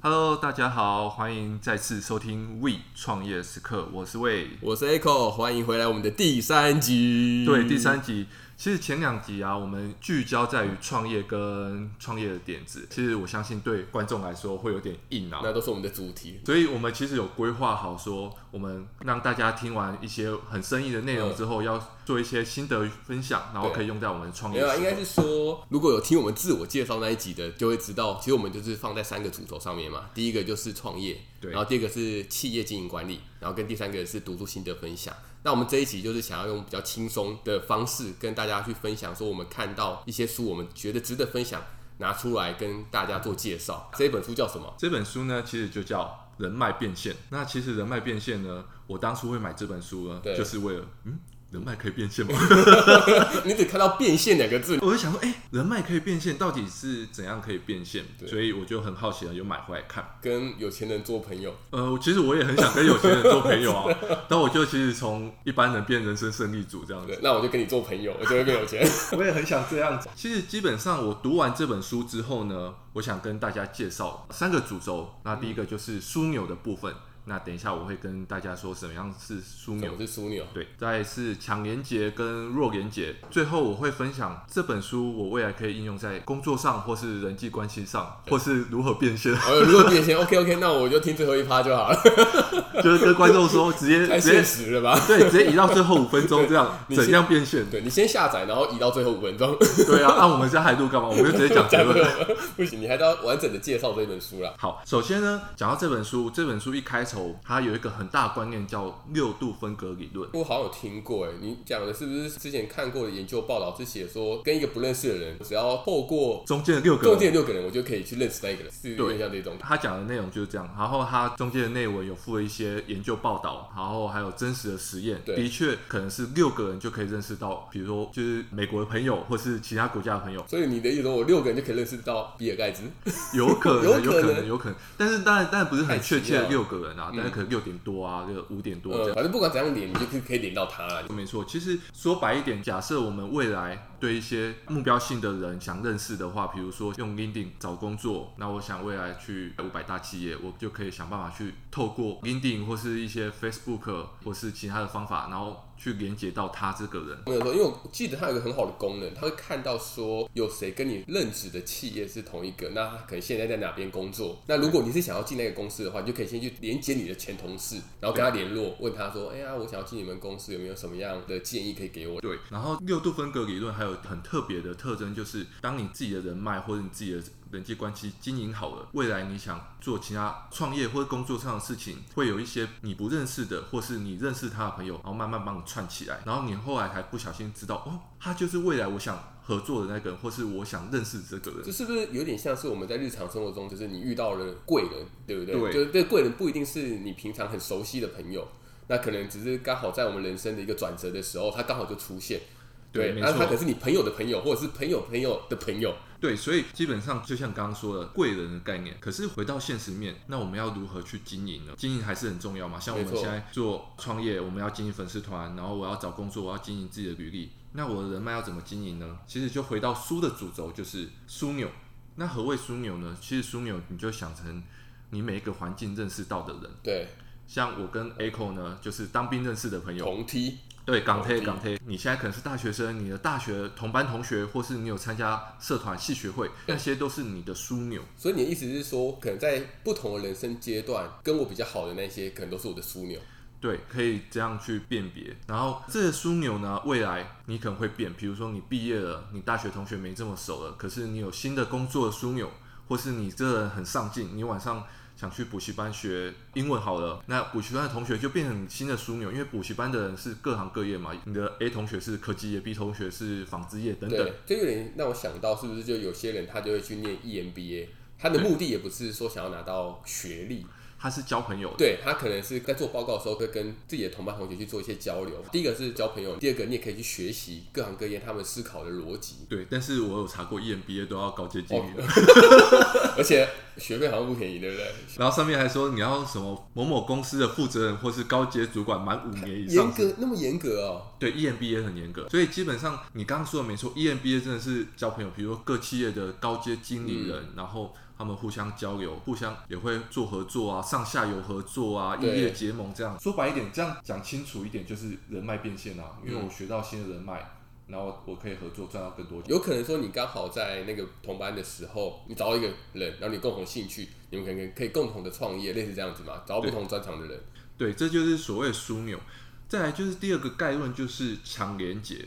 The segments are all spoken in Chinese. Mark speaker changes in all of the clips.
Speaker 1: Hello，大家好，欢迎再次收听 We 创业时刻，我是魏。
Speaker 2: 我是 Echo，欢迎回来我们的第三集。
Speaker 1: 对，第三集，其实前两集啊，我们聚焦在于创业跟创业的点子，其实我相信对观众来说会有点硬啊。
Speaker 2: 那都是我们的主题。
Speaker 1: 所以我们其实有规划好说，我们让大家听完一些很生硬的内容之后，要做一些心得分享，然后
Speaker 2: 对
Speaker 1: 可以用在我们的创
Speaker 2: 没
Speaker 1: 业
Speaker 2: 有啊，
Speaker 1: 时
Speaker 2: 应该
Speaker 1: 刻。
Speaker 2: 是说，如果有听我们自我介绍那一集的，就会知道，其实我们就是放在三个主轴上面嘛。第一个就是创业，
Speaker 1: 对
Speaker 2: 然后第二个是企业经营管理，然后跟第三个是读书心得分享。那我们这一集就是想要用比较轻松的方式跟大家去分享，说我们看到一些书，我们觉得值得分享，拿出来跟大家做介绍。这本书叫什么？
Speaker 1: 这本书呢，其实就叫《人脉变现》。那其实《人脉变现》呢，我当初会买这本书呢，
Speaker 2: 对
Speaker 1: 就是为了嗯，人脉可以变现吗？
Speaker 2: 你只看到“变现”两个字，
Speaker 1: 我就想说，哎、人脉可以变现，到底是怎样可以变现？
Speaker 2: 对
Speaker 1: 所以我就很好奇了，有买回来看。
Speaker 2: 跟有钱人做朋友，
Speaker 1: 呃，我其实我也很想跟有钱人做朋友啊，但我就其实从一般人变人生胜利组这样
Speaker 2: 对
Speaker 1: 子，，
Speaker 2: 那我就跟你做朋友，我就会变有钱。
Speaker 1: 我也很想这样子。其实基本上我读完这本书之后呢，我想跟大家介绍三个主轴。那第一个就是枢纽的部分，那等一下我会跟大家说什么样是枢纽
Speaker 2: 什么。是哦枢纽？
Speaker 1: 对，再来是强连结跟弱连结，最后我会分享这本书我未来可以应用在工作上，或是人际关系上，或是如何变现。
Speaker 2: 哦，如果变现，OK OK，那我就听最后一趴就好了，
Speaker 1: 就是跟观众说，直接
Speaker 2: 太
Speaker 1: 直接
Speaker 2: 现实了吧？
Speaker 1: 对，直接移到最后五分钟这样，
Speaker 2: 你先
Speaker 1: 怎样变现？
Speaker 2: 对你先下载，然后移到最后五分钟，
Speaker 1: 对啊，按我们现在还录干嘛？我们就直接讲结 论。
Speaker 2: 不行，你还是要完整的介绍这本书啦。
Speaker 1: 好，首先呢，讲到这本书，这本书一开头它有一个很大的观念叫六度分隔理论。
Speaker 2: 我好像有听过，哎，你讲的是不是之前看过的研究报道是写说，跟一个不认识的人，只要透过
Speaker 1: 中间的六个
Speaker 2: 中
Speaker 1: 人
Speaker 2: 间的六个人，我就可以去认识那一个人，是有
Speaker 1: 啊对
Speaker 2: 点像这种。
Speaker 1: 他讲的内容就是这样，然后他中间的内文有附了一些研究报道，然后还有真实的实验，
Speaker 2: 对
Speaker 1: 的确可能是六个人就可以认识到，比如说就是美国的朋友或是其他国家的朋 友，
Speaker 2: 所以你的意思说，我六个人就可以认识到比尔盖茨？
Speaker 1: 有可能，有
Speaker 2: 有
Speaker 1: 可
Speaker 2: 可能
Speaker 1: 能，有可能，但是当然当然不是很确切
Speaker 2: 太
Speaker 1: 的
Speaker 2: 奇妙
Speaker 1: 六个人啊，但是可能六点多啊，六五点多这样
Speaker 2: 呃，。反正不管怎样连，你就可以可以连到他了。
Speaker 1: 没错，其实说白一点，假设我们未来对一些目标性的人想认识的话，比如说用 LinkedIn 找工作，那我想未来去五百大企业，我就可以想办法去透过 LinkedIn 或是一些 Facebook 或是其他的方法，然后去连接到他这个人。
Speaker 2: 没有错，因为我记得它有一个很好的功能，它会看到说有谁跟你任职的企业是同一个，那他可能现在在哪边工作。那如果你是想要进那个公司的话，你就可以先去连接你的前同事，然后跟他联络，问他说：“哎呀，我想要进你们公司，有没有什么样的建议可以给我
Speaker 1: 对，然后六度分隔理论还有很特别的特征，就是当你自己的人脉或者你自己的人际关系经营好了，未来你想做其他创业或者工作上的事情，会有一些你不认识的，或是你认识他的朋友，然后慢慢帮你串起来，然后你后来还不小心知道，哦，他就是未来我想合作的那个人，或是我想认识这个？”
Speaker 2: 这
Speaker 1: 人。
Speaker 2: 是不是有点像是我们在日常生活中，就是你遇到了贵人，对不对？
Speaker 1: 对
Speaker 2: 就是这个贵人不一定是你平常很熟悉的朋友，那可能只是刚好在我们人生的一个转折的时候，他刚好就出现。
Speaker 1: 对没
Speaker 2: 那
Speaker 1: 错
Speaker 2: 他可能是你朋友的朋友，或者是朋友朋友的朋友，
Speaker 1: 对，所以基本上就像刚刚说的贵人的概念，可是回到现实面，那我们要如何去经营呢？经营还是很重要嘛。像我们
Speaker 2: 没错
Speaker 1: 现在做创业，我们要经营粉丝团，然后我要找工作，我要经营自己的履历。那我的人脉要怎么经营呢？其实就回到书的主轴，就是枢纽。那何谓枢纽呢？其实枢纽你就想成你每一个环境认识到的人，
Speaker 2: 对，
Speaker 1: 像我跟 Echo 呢，就是当兵认识的朋友，
Speaker 2: 同梯，
Speaker 1: 对，港
Speaker 2: 同
Speaker 1: 推
Speaker 2: 梯
Speaker 1: 港推，你现在可能是大学生，你的大学同班同学，或是你有参加社团、系学会，那些都是你的枢纽。
Speaker 2: 所以你的意思是说，可能在不同的人生阶段，跟我比较好的那些，可能都是我的枢纽。
Speaker 1: 对，可以这样去辨别。然后这些枢纽呢，未来你可能会变，比如说你毕业了，你大学同学没这么熟了，可是你有新的工作的枢纽，或是你这人很上进，你晚上想去补习班学英文好了，那补习班的同学就变成你新的枢纽，因为补习班的人是各行各业嘛，你的 A 同学是科技业，B 同学是纺织业等等
Speaker 2: 对。，就有点让我想到，是不是就有些人他就会去念 E EMBA，他的目的也不是说想要拿到学历，
Speaker 1: 他是交朋友的，
Speaker 2: 对他可能是在做报告的时候会跟自己的同班同学去做一些交流。第一个是交朋友，第二个你也可以去学习各行各业他们思考的逻辑，
Speaker 1: 对，但是我有查过 E EMBA 都要高阶经
Speaker 2: 哦
Speaker 1: 理了，
Speaker 2: 而且学费好像不便宜，对不对？
Speaker 1: 然后上面还说你要什么某某公司的负责人或是高阶主管满五年以上
Speaker 2: 严，格那么严格哦，
Speaker 1: 对，E EMBA 很严格，所以基本上你刚刚说的没错，EMBA
Speaker 2: 嗯
Speaker 1: 真的是交朋友，比如说各企业的高阶经理人，然后他们互相交流，互相也会做合作啊，上下游合作啊，异
Speaker 2: 对
Speaker 1: 业结盟这样。说白一点，这样讲清楚一点，就是人脉变现啊，因为
Speaker 2: 嗯
Speaker 1: 我学到新的人脉，然后我可以合作赚到更多钱。
Speaker 2: 有可能说你刚好在那个同班的时候，你找到一个人，然后你共同兴趣，你们可能可以共同的创业，类似这样子嘛，找到不同专长的人。
Speaker 1: 对，这就是所谓的枢纽。再来就是第二个概论，就是强连结。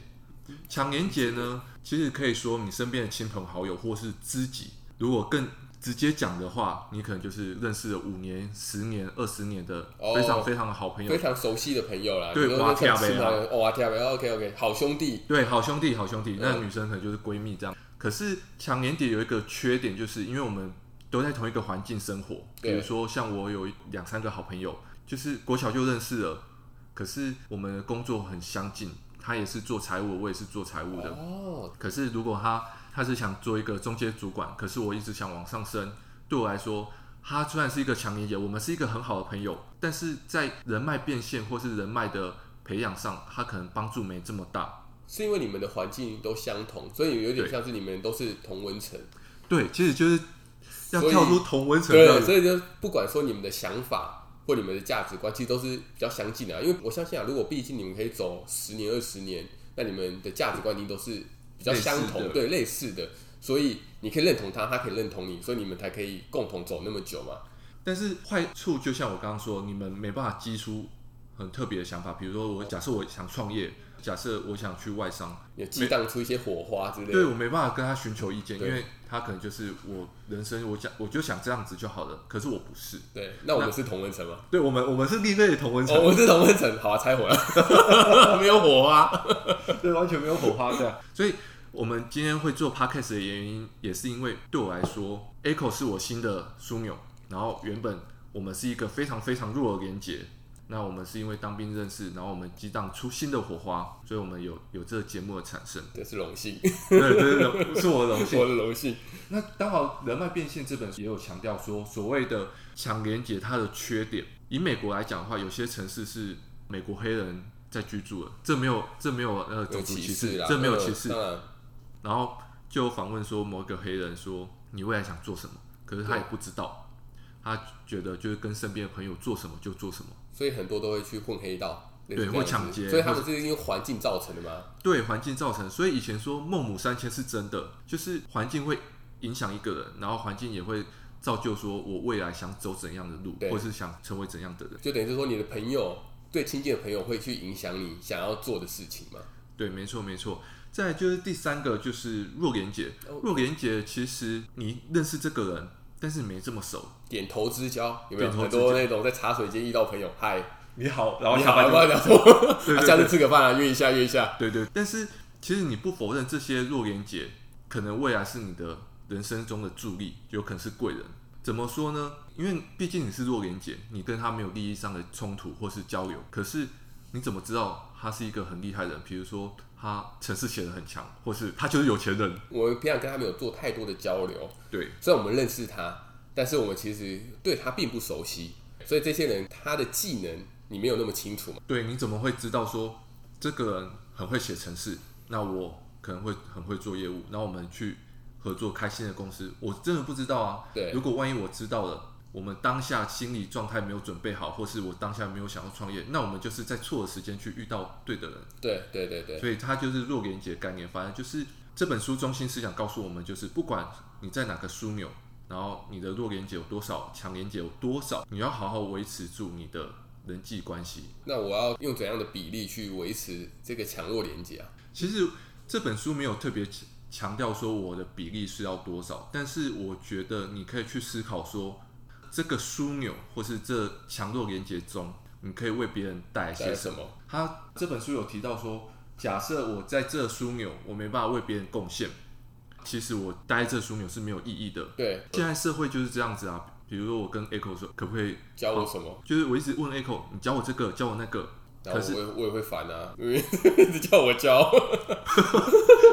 Speaker 1: 强连结呢，其实可以说你身边的亲朋好友或是知己。如果更直接讲的话，你可能就是认识了五年、十年、二十年的
Speaker 2: 哦
Speaker 1: 非常非常的好朋友
Speaker 2: 非，常熟悉的朋友啦，
Speaker 1: 对
Speaker 2: 你说那
Speaker 1: 哇
Speaker 2: 吃
Speaker 1: 跳
Speaker 2: 饭，哇跳呗，OK OK，好兄弟，
Speaker 1: 对，好兄弟，好兄弟。那
Speaker 2: 嗯
Speaker 1: 女生可能就是闺蜜这样。可是强连结有一个缺点，就是因为我们都在同一个环境生活，比
Speaker 2: 对
Speaker 1: 如说像我有两三个好朋友，就是国小就认识了，可是我们的工作很相近，他也是做财务，我也是做财务的。
Speaker 2: 哦，
Speaker 1: 可是如果他他是想做一个中阶主管，可是我一直想往上升，对我来说，他虽然是一个强连接，我们是一个很好的朋友，但是在人脉变现或是人脉的培养上，他可能帮助没这么大。
Speaker 2: 是因为你们的环境都相同，所以有点
Speaker 1: 对
Speaker 2: 像是你们都是同温层，
Speaker 1: 对，其实就是要
Speaker 2: 所以
Speaker 1: 跳出同温层
Speaker 2: 对，
Speaker 1: 的，
Speaker 2: 啊所以就不管说你们的想法或你们的价值观，其实都是比较相近的啊、因为我相信啊，如果毕竟你们可以走十年、二十年，那你们的价值观一定都是比较相
Speaker 1: 类似
Speaker 2: 同，
Speaker 1: 的
Speaker 2: 对，类似的，所以你可以认同他，他可以认同你，所以你们才可以共同走那么久嘛。
Speaker 1: 但是坏处就像我刚刚说，你们没办法激出很特别的想法，比如说我假设我想创业，假设我想去外商，
Speaker 2: 也激荡出一些火花之类
Speaker 1: 对
Speaker 2: 的。
Speaker 1: 我没办法跟他寻求意见，因
Speaker 2: 对
Speaker 1: 为他可能就是我人生，我想我就想这样子就好了。可是我不是，
Speaker 2: 对，那我们是同温层 吗？
Speaker 1: 对我们我们是另类的同温层，
Speaker 2: 哦，我们是同温层，好啊，拆 火了，没有火花。
Speaker 1: 对，完全没有火花这样。所以我们今天会做 podcast 的原因，也是因为对我来说，Echo 是我新的枢纽。然后原本我们是一个非常非常弱的连接，那我们是因为当兵认识，然后我们激荡出新的火花，所以我们有有这个节目的产生。
Speaker 2: 这是荣幸，
Speaker 1: 对对对，是我的荣幸
Speaker 2: 我。的荣幸。
Speaker 1: 那刚好《人脉变现》这本书也有强调说，所谓的强连接它的缺点。以美国来讲的话，有些城市是美国黑人在居住的，这没有这没有呃种
Speaker 2: 有
Speaker 1: 族
Speaker 2: 歧
Speaker 1: 歧
Speaker 2: 视
Speaker 1: 视
Speaker 2: 啦，，
Speaker 1: 这没有
Speaker 2: 呃
Speaker 1: 歧视
Speaker 2: 当。然，
Speaker 1: 然后就有访问说某一个黑人说你未来想做什么，可是他也不知道，他觉得就是跟身边的朋友做什么就做什么。
Speaker 2: 所以很多都会去混黑道，类似
Speaker 1: 对
Speaker 2: 这样
Speaker 1: 会抢
Speaker 2: 子
Speaker 1: 劫
Speaker 2: 所以他们是因为环境造成的嘛？
Speaker 1: 对环境造成，所以以前说孟母三迁是真的，就是环境会影响一个人，然后环境也会造就说我未来想走怎样的路，
Speaker 2: 对
Speaker 1: 或是想成为怎样的人。
Speaker 2: 就等于是说你的朋友最亲近的朋友会去影响你想要做的事情嘛？
Speaker 1: 对，没错没错。再来就是第三个就是弱连结
Speaker 2: 哦，
Speaker 1: 弱连结其实你认识这个人，但是没这么熟。
Speaker 2: 点头之交有没有
Speaker 1: 点头
Speaker 2: 很
Speaker 1: 之交
Speaker 2: 多那种在茶水间遇到朋友，嗨，
Speaker 1: 你好，然后
Speaker 2: 你
Speaker 1: 下
Speaker 2: 好，
Speaker 1: 班就
Speaker 2: 要不要聊什么？
Speaker 1: 对
Speaker 2: 啊
Speaker 1: 对
Speaker 2: 下次
Speaker 1: 对
Speaker 2: 吃个饭啊，约一下，约一下。
Speaker 1: 对对，但是其实你不否认这些弱连结，可能未来是你的人生中的助力，有可能是贵人。怎么说呢？因为毕竟你是弱连结，你跟他没有利益上的冲突或是交流，可是你怎么知道他是一个很厉害的人？比如说他城市写的很强，或是他就是有钱人。
Speaker 2: 我们平常跟他没有做太多的交流，
Speaker 1: 对
Speaker 2: 虽然我们认识他，但是我们其实对他并不熟悉，所以这些人他的技能你没有那么清楚嘛？
Speaker 1: 对，你怎么会知道说这个人很会写城市？那我可能会很会做业务，那我们去合作开新的公司，我真的不知道啊。
Speaker 2: 对
Speaker 1: 如果万一我知道了，我们当下心理状态没有准备好，或是我当下没有想要创业，那我们就是在错的时间去遇到对的人。
Speaker 2: 对对对对，
Speaker 1: 所以它就是弱连接概念，反正就是这本书中心思想告诉我们，就是不管你在哪个枢纽，然后你的弱连接有多少，强连接有多少，你要好好维持住你的人际关系。
Speaker 2: 那我要用怎样的比例去维持这个强弱连接啊？
Speaker 1: 其实这本书没有特别强强调说我的比例是要多少，但是我觉得你可以去思考说，这个枢纽或是这强弱连接中，你可以为别人带来
Speaker 2: 带
Speaker 1: 些
Speaker 2: 来
Speaker 1: 什
Speaker 2: 什
Speaker 1: 么。
Speaker 2: 么？
Speaker 1: 他这本书有提到说，假设我在这枢纽，我没办法为别人贡献，其实我待在这枢纽是没有意义的。
Speaker 2: 对，
Speaker 1: 现在社会就是这样子啊，比如说我跟 Echo 说，可不可以
Speaker 2: 教我什么？
Speaker 1: 就是我一直问 Echo，你教我这个，教我那个，
Speaker 2: 然后
Speaker 1: 可是
Speaker 2: 我也我也会烦啊，因为 一直叫我教，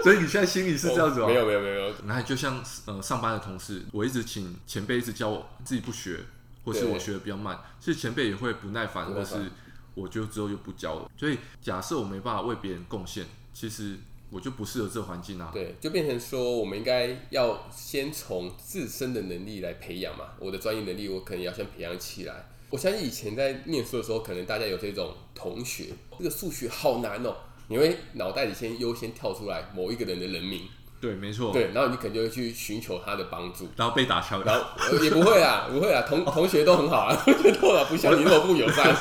Speaker 1: 所以你现在心里是这样子吗？
Speaker 2: 没有没有没有，
Speaker 1: 那就像呃上班的同事，我一直请前辈一直教我，自己不学，或是
Speaker 2: 对
Speaker 1: 我学的比较慢，是前辈也会不耐烦，
Speaker 2: 不耐
Speaker 1: 或
Speaker 2: 烦
Speaker 1: 是我就之后就不教了。所以假设我没办法为别人贡献，其实我就不适合这环境啊。
Speaker 2: 对，就变成说，我们应该要先从自身的能力来培养嘛。我的专业能力，我可能也要先培养起来。我相信以前在念书的时候，可能大家有这种同学，这个数学好难哦、你会脑袋里先优先跳出来某一个人的人名，
Speaker 1: 对，没错。
Speaker 2: 对，然后你可能就会去寻求他的帮助。
Speaker 1: 然后被打枪，
Speaker 2: 然后呃也不会啦，不会啦，同同学都很好啊，同学都很好，不像你那么不友善。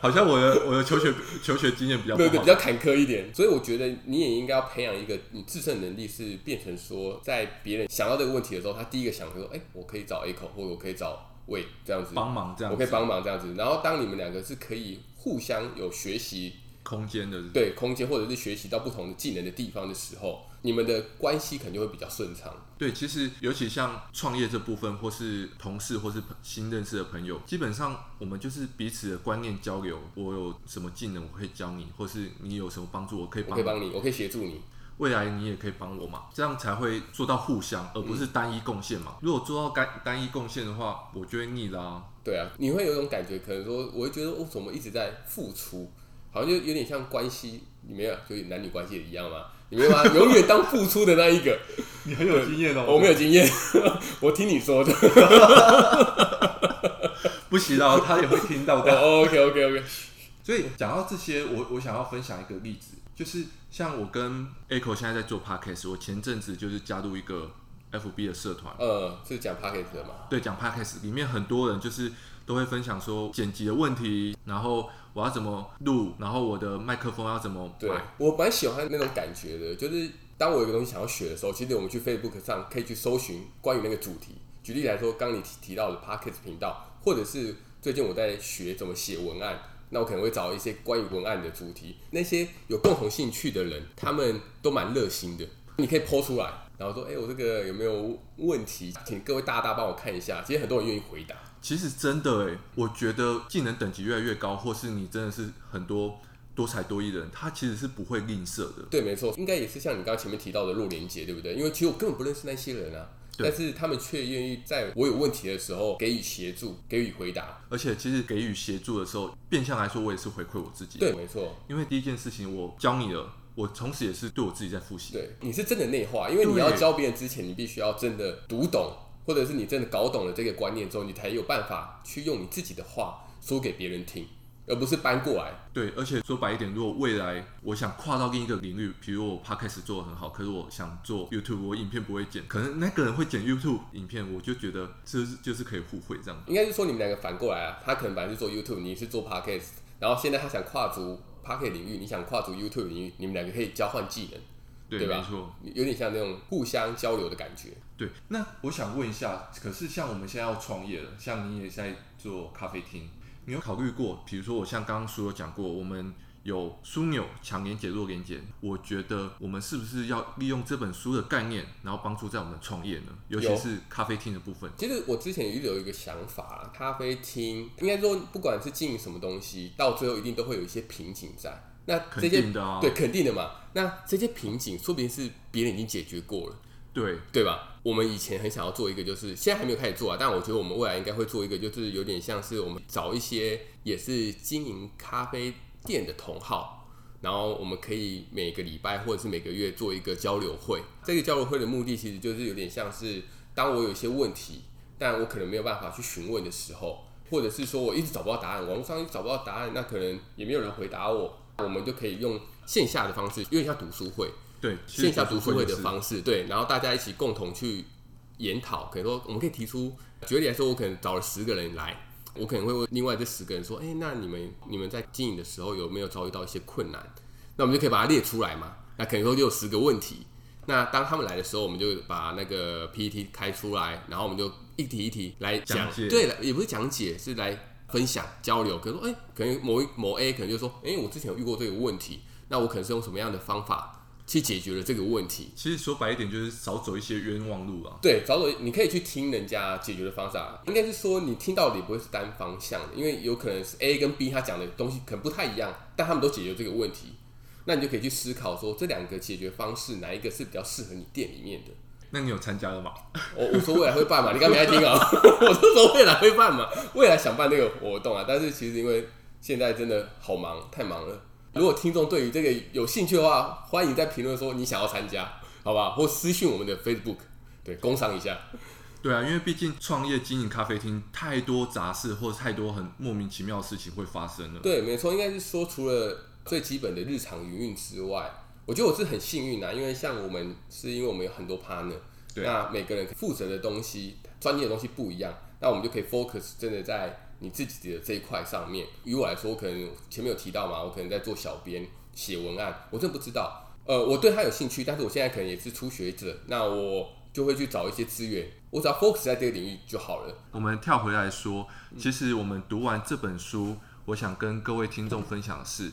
Speaker 1: 好像我的我的求学求学经验比较不
Speaker 2: 对对，
Speaker 1: 好
Speaker 2: 比。较坎坷一点。所以我觉得你也应该要培养一个你自身的能力，是变成说，在别人想到这个问题的时候，他第一个想说，哎、我可以找 A 口，或者我可以找魏这样子，
Speaker 1: 帮忙这样
Speaker 2: 我
Speaker 1: 子，
Speaker 2: 可以帮忙这样子。然后当你们两个是可以互相有学习
Speaker 1: 空间的，
Speaker 2: 对空间，或者是学习到不同的技能的地方的时候，你们的关系可能就会比较顺畅。
Speaker 1: 对，其实尤其像创业这部分，或是同事，或是朋新认识的朋友，基本上我们就是彼此的观念交流。我有什么技能，我可以教你，或是你有什么帮助，我可以帮
Speaker 2: 我可以
Speaker 1: 你。
Speaker 2: 帮你，我可以协助你。
Speaker 1: 未来你也可以帮我嘛，这样才会做到互相，而不是
Speaker 2: 嗯
Speaker 1: 单一贡献嘛。如果做到单单一贡献的话，我就会腻啦、
Speaker 2: 对啊，你会有一种感觉，可能说，我会觉得哦我怎么一直在付出，好像就有点像关系里面啊，就是男女关系也一样嘛，你没有吗？ 永远当付出的那一个，
Speaker 1: 你很
Speaker 2: 有
Speaker 1: 经验哦
Speaker 2: 我没有经验， 我听你说的。
Speaker 1: 不行 啦，他也会听到的。
Speaker 2: 哦 OK OK OK，
Speaker 1: 所以讲到这些，我我想要分享一个例子，就是像我跟 Echo 现在在做 podcast，我前阵子就是加入一个 FB 的社团，
Speaker 2: 呃，是讲 p a c k a g e 的嘛？
Speaker 1: 对，讲 podcast 里面很多人就是都会分享说剪辑的问题，然后我要怎么录，然后我的麦克风要怎么
Speaker 2: 对
Speaker 1: 买，，
Speaker 2: 我蛮喜欢那种感觉的，就是当我有一个东西想要学的时候，其实我们去 Facebook 上可以去搜寻关于那个主题。举例来说，刚刚你提提到的 p a c k a g e 频道，或者是最近我在学怎么写文案，那我可能会找一些关于文案的主题，那些有共同兴趣的人，他们都蛮热心的，你可以剖出来。然后说，哎、我这个有没有问题？请各位大大帮我看一下。其实很多人愿意回答，
Speaker 1: 其实真的诶，我觉得技能等级越来越高，或是你真的是很多多才多艺的人，他其实是不会吝啬的。
Speaker 2: 对，没错，应该也是像你刚刚前面提到的弱连接，对不对？因为其实我根本不认识那些人啊，
Speaker 1: 对
Speaker 2: 但是他们却愿意在我有问题的时候给予协助，给予回答。
Speaker 1: 而且其实给予协助的时候，变相来说，我也是回馈我自己。
Speaker 2: 对，，没错，
Speaker 1: 因为第一件事情我教你了，我同时也是对我自己在复习。
Speaker 2: 对，你是真的内化，因为你
Speaker 1: 对
Speaker 2: 要教别人之前，你必须要真的读懂，或者是你真的搞懂了这个观念之后，你才有办法去用你自己的话说给别人听，而不是搬过来。
Speaker 1: 对，而且说白一点，如果未来我想跨到另一个领域，比如我 podcast 做的很好，可是我想做 YouTube，我影片不会剪，可能那个人会剪 YouTube 影片，我就觉得这是就是可以互惠这样。
Speaker 2: 应该是说你们两个反过来啊，他可能本来是做 YouTube，你是做 Podcast，然后现在他想跨足 Podcast 领域，你想跨足 YouTube 领域，你们两个可以交换技能。
Speaker 1: 对，
Speaker 2: 对吧
Speaker 1: 没错。
Speaker 2: 有点像那种互相交流的感觉。
Speaker 1: 对，那我想问一下，可是像我们现在要创业了，像你也在做咖啡厅，你有考虑过，比如说我像刚刚苏有讲过，我们有枢纽、强连接、弱连接，我觉得我们是不是要利用这本书的概念，然后帮助在我们的创业呢？尤其
Speaker 2: 有
Speaker 1: 是咖啡厅的部分。
Speaker 2: 其实我之前也有一个想法，啊咖啡厅应该说，不管是经营什么东西，到最后一定都会有一些瓶颈在。那这
Speaker 1: 肯
Speaker 2: 些
Speaker 1: 定的啊，
Speaker 2: 对肯定的嘛，那这些瓶颈说不定是别人已经解决过了，
Speaker 1: 对
Speaker 2: 对吧？我们以前很想要做一个，就是现在还没有开始做啊，但我觉得我们未来应该会做一个，就是有点像是我们找一些也是经营咖啡店的同好，然后我们可以每个礼拜或者是每个月做一个交流会。这个交流会的目的其实就是有点像是，当我有一些问题，但我可能没有办法去询问的时候，或者是说我一直找不到答案，网络上一直找不到答案，那可能也没有人回答我，我们就可以用线下的方式，有点像读书会。
Speaker 1: 对，其实
Speaker 2: 线下读书会的
Speaker 1: 也是
Speaker 2: 方式，对，然后大家一起共同去研讨，可能说我们可以提出，举例来说，我可能找了十个人来，我可能会问另外这十个人说，哎、那你们你们在经营的时候有没有遭遇到一些困难？那我们就可以把它列出来嘛。那可能说就有十个问题，那当他们来的时候，我们就把那个 PPT 开出来，然后我们就一题一题来讲
Speaker 1: 讲解
Speaker 2: 对了，也不是讲解，是来分享交流。可能说，哎、可能某一某 A 可能就说，哎、我之前有遇过这个问题，那我可能是用什么样的方法去解决了这个问题？
Speaker 1: 其实说白一点，就是少走一些冤枉路啊。
Speaker 2: 对，早走你可以去听人家解决的方式啊，应该是说你听到的也不会是单方向的，因为有可能是 A 跟 B 他讲的东西可能不太一样，但他们都解决这个问题，那你就可以去思考说这两个解决方式哪一个是比较适合你店里面的。
Speaker 1: 那你有参加了吗？
Speaker 2: 我我说未来会办嘛，你刚没爱听啊、 我是说未来会办嘛，未来想办那个活动啊，但是其实因为现在真的好忙，太忙了，如果听众对于这个有兴趣的话，欢迎在评论说你想要参加，好吧？或私信我们的 Facebook，对，工商一下。
Speaker 1: 对啊，因为毕竟创业经营咖啡厅，太多杂事或太多很莫名其妙的事情会发生了。
Speaker 2: 对，没错，应该是说除了最基本的日常营运之外，我觉得我是很幸运啊，因为像我们是因为我们有很多 partner，
Speaker 1: 对
Speaker 2: 那每个人负责的东西、专业的东西不一样，那我们就可以 focus 真的在你自己的这一块上面。于我来说，我可能前面有提到嘛，我可能在做小编、写文案，我真的不知道。呃，我对他有兴趣，但是我现在可能也是初学者，那我就会去找一些资源，我只要 focus 在这个领域就好了。
Speaker 1: 我们跳回来说，其实我们读完这本书，我想跟各位听众分享的是，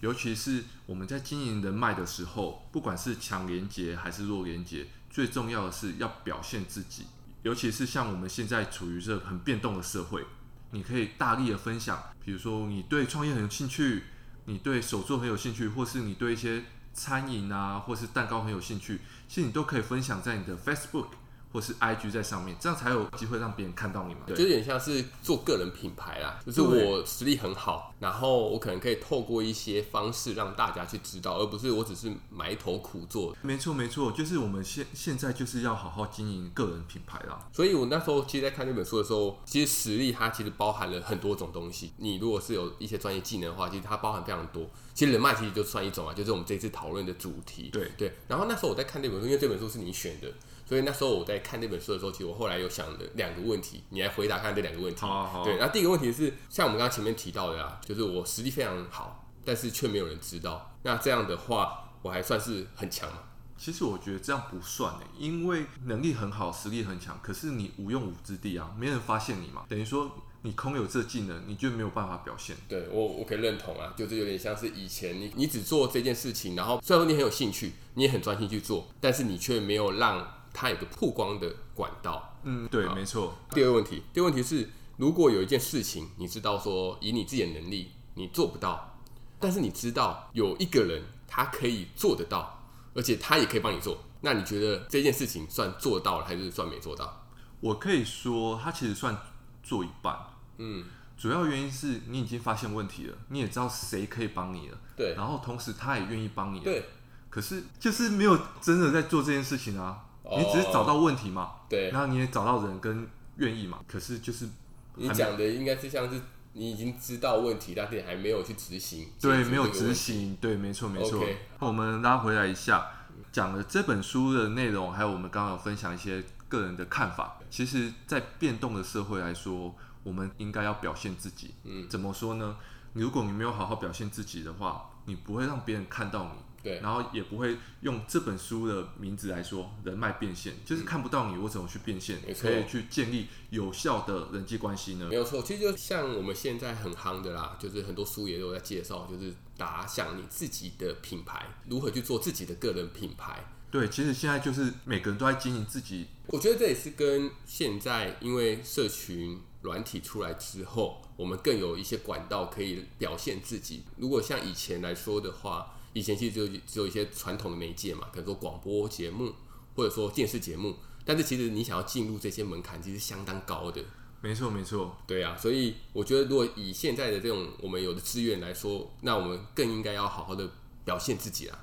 Speaker 1: 尤其是我们在经营人脉的时候，不管是强连接还是弱连接，最重要的是要表现自己。尤其是像我们现在处于这很变动的社会，你可以大力的分享，比如说你对创业很有兴趣，你对手作很有兴趣，或是你对一些餐饮啊，或是蛋糕很有兴趣，其实你都可以分享在你的 Facebook 或是 IG 在上面，这样才有机会让别人看到你嘛。对
Speaker 2: 就有点像是做个人品牌啦，就是
Speaker 1: 对
Speaker 2: 我实力很好，然后我可能可以透过一些方式让大家去知道，而不是我只是埋头苦做。
Speaker 1: 没错，没错，就是我们现现在就是要好好经营个人品牌啦。
Speaker 2: 所以我那时候其实，在看这本书的时候，其实实力它其实包含了很多种东西。你如果是有一些专业技能的话，其实它包含非常多。其实人脉其实就算一种啊，就是我们这次讨论的主题。
Speaker 1: 对
Speaker 2: 对。然后那时候我在看这本书，因为这本书是你选的，所以那时候我在看这本书的时候，其实我后来有想的两个问题，你来回答看这两个问题。
Speaker 1: 好啊好啊
Speaker 2: 对，然后第一个问题是，像我们刚刚前面提到的啊，就是我实力非常好，但是却没有人知道。那这样的话，我还算是很强嘛？
Speaker 1: 其实我觉得这样不算诶，因为能力很好，实力很强，可是你无用武之地啊，没人发现你嘛。等于说你空有这技能，你就没有办法表现。
Speaker 2: 对我，我可以认同啊，就是有点像是以前你你只做这件事情，然后虽然说你很有兴趣，你也很专心去做，但是你却没有让它有个曝光的管道。
Speaker 1: 嗯，对，
Speaker 2: 好
Speaker 1: 没错，
Speaker 2: 第二个问题，第二个问题是，如果有一件事情你知道说以你自己的能力你做不到，但是你知道有一个人他可以做得到，而且他也可以帮你做，那你觉得这件事情算做到了还是算没做到？
Speaker 1: 我可以说它其实算做一半。
Speaker 2: 嗯，
Speaker 1: 主要原因是你已经发现问题了，你也知道谁可以帮你了，
Speaker 2: 对
Speaker 1: 然后同时他也愿意帮你了，
Speaker 2: 对
Speaker 1: 可是就是没有真的在做这件事情啊，你只是找到问题嘛，
Speaker 2: 对，
Speaker 1: 然后你也找到人跟愿意嘛，可是就是
Speaker 2: 你
Speaker 1: 还没
Speaker 2: 讲的应该是像是你已经知道问题，但是你还没有去执行，
Speaker 1: 对
Speaker 2: 解决
Speaker 1: 没有
Speaker 2: 这个
Speaker 1: 执
Speaker 2: 问题。
Speaker 1: 行，对，没错没错
Speaker 2: OK。
Speaker 1: 我们拉回来一下，讲了这本书的内容，还有我们刚刚有分享一些个人的看法。其实，在变动的社会来说，我们应该要表现自己。
Speaker 2: 嗯，
Speaker 1: 怎么说呢？如果你没有好好表现自己的话，你不会让别人看到你，
Speaker 2: 对，
Speaker 1: 然后也不会用这本书的名字来说人脉变现，就是看不到你，我怎么去变现
Speaker 2: 嗯没，错
Speaker 1: 可以去建立有效的人际关系呢
Speaker 2: 没？有错。其实就像我们现在很夯的啦，就是很多书也都有在介绍，就是打响你自己的品牌，如何去做自己的个人品牌。
Speaker 1: 对，其实现在就是每个人都在经营自己
Speaker 2: 我觉得这也是跟现在因为社群软体出来之后，我们更有一些管道可以表现自己。如果像以前来说的话，以前其实只有只有一些传统的媒介嘛，可能说广播节目或者说电视节目，但是其实你想要进入这些门槛，其实相当高的。
Speaker 1: 没错，没错，
Speaker 2: 对啊，所以我觉得，如果以现在的这种我们有的资源来说，那我们更应该要好好的表现自己啊。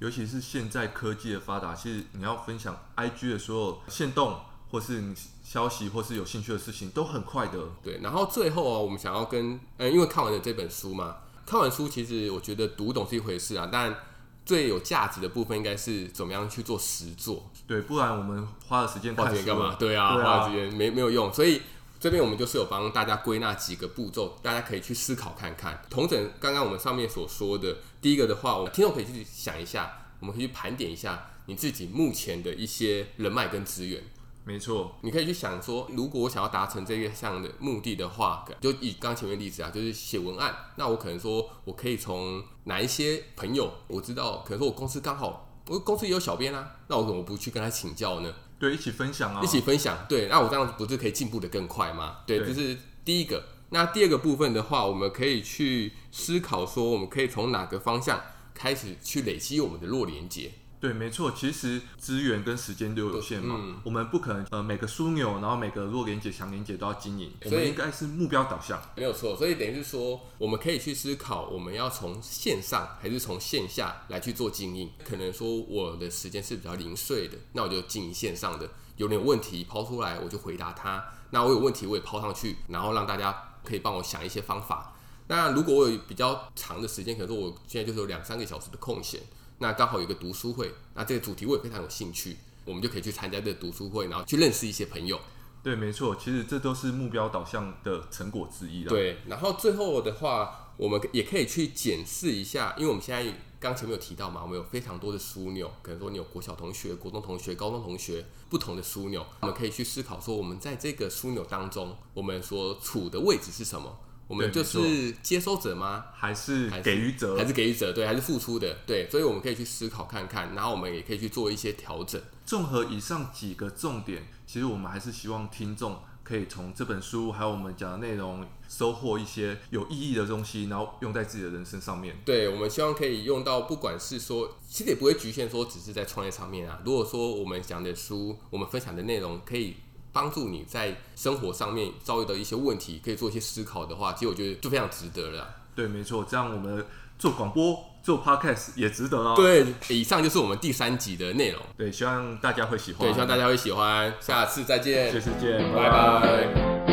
Speaker 1: 尤其是现在科技的发达，其实你要分享 IG 的所有线动，或是你消息，或是有兴趣的事情，都很快的。
Speaker 2: 对，然后最后啊，我们想要跟，嗯，因为看完了这本书嘛，看完书其实我觉得读懂是一回事啊，但最有价值的部分应该是怎么样去做实做，
Speaker 1: 对，不然我们花了时间
Speaker 2: 花
Speaker 1: 看
Speaker 2: 时间
Speaker 1: 书
Speaker 2: 干嘛？？对啊，
Speaker 1: 对啊
Speaker 2: 花时间没没有用，所以。这边我们就是有帮大家归纳几个步骤，大家可以去思考看看。同整刚刚我们上面所说的，第一个的话，我们听众可以去想一下，我们可以去盘点一下你自己目前的一些人脉跟资源。
Speaker 1: 没错，
Speaker 2: 你可以去想说，如果我想要达成这个项的目的的话，就以刚前面的例子啊，就是写文案，那我可能说我可以从哪一些朋友，我知道，可能说我公司刚好，我公司也有小编啊，那我怎么不去跟他请教呢？
Speaker 1: 对，一起分享啊，
Speaker 2: 一起分享，对，那我这样子不是可以进步的更快吗？对，
Speaker 1: 对
Speaker 2: 这是第一个。那第二个部分的话，我们可以去思考说，我们可以从哪个方向开始去累积我们的弱连接。
Speaker 1: 对，没错，其实资源跟时间都有限嘛，
Speaker 2: 嗯
Speaker 1: 我们不可能呃每个枢纽，然后每个弱连接、强连接都要经营，我
Speaker 2: 所
Speaker 1: 们
Speaker 2: 以
Speaker 1: 应该是目标导向。
Speaker 2: 没有错，所以等于是说，我们可以去思考，我们要从线上还是从线下来去做经营。可能说我的时间是比较零碎的，那我就经营线上的，有点问题抛出来我就回答他，那我有问题我也抛上去，然后让大家可以帮我想一些方法。那如果我有比较长的时间，可能说我现在就是有两三个小时的空闲，那刚好有一个读书会，那这个主题我也非常有兴趣，我们就可以去参加这个读书会，然后去认识一些朋友。
Speaker 1: 对，没错，其实这都是目标导向的成果之一啦。
Speaker 2: 对，然后最后的话，我们也可以去检视一下，因为我们现在刚前面有提到嘛，我们有非常多的枢纽，可能说你有国小同学、国中同学、高中同学不同的枢纽，我们可以去思考说，我们在这个枢纽当中，我们所处的位置是什么？我们
Speaker 1: 对
Speaker 2: 就
Speaker 1: 没错
Speaker 2: 是接收者吗？
Speaker 1: 还是
Speaker 2: 还是
Speaker 1: 给予者
Speaker 2: 还是给予者？对，还是付出的？对，所以我们可以去思考看看，然后我们也可以去做一些调整。
Speaker 1: 综合以上几个重点，其实我们还是希望听众可以从这本书还有我们讲的内容收获一些有意义的东西，然后用在自己的人生上面。
Speaker 2: 对，我们希望可以用到，不管是说，其实也不会局限说只是在创业上面啊。如果说我们讲的书，我们分享的内容可以帮助你在生活上面遭遇到一些问题，可以做一些思考的话，其实我觉得就非常值得了啊。
Speaker 1: 对，没错，这样我们做广播、做 podcast 也值得哦。
Speaker 2: 对，以上就是我们第三集的内容。
Speaker 1: 对，希望大家会喜欢。
Speaker 2: 对，希望大家会喜欢，下次再见，
Speaker 1: 这次见，
Speaker 2: 拜拜。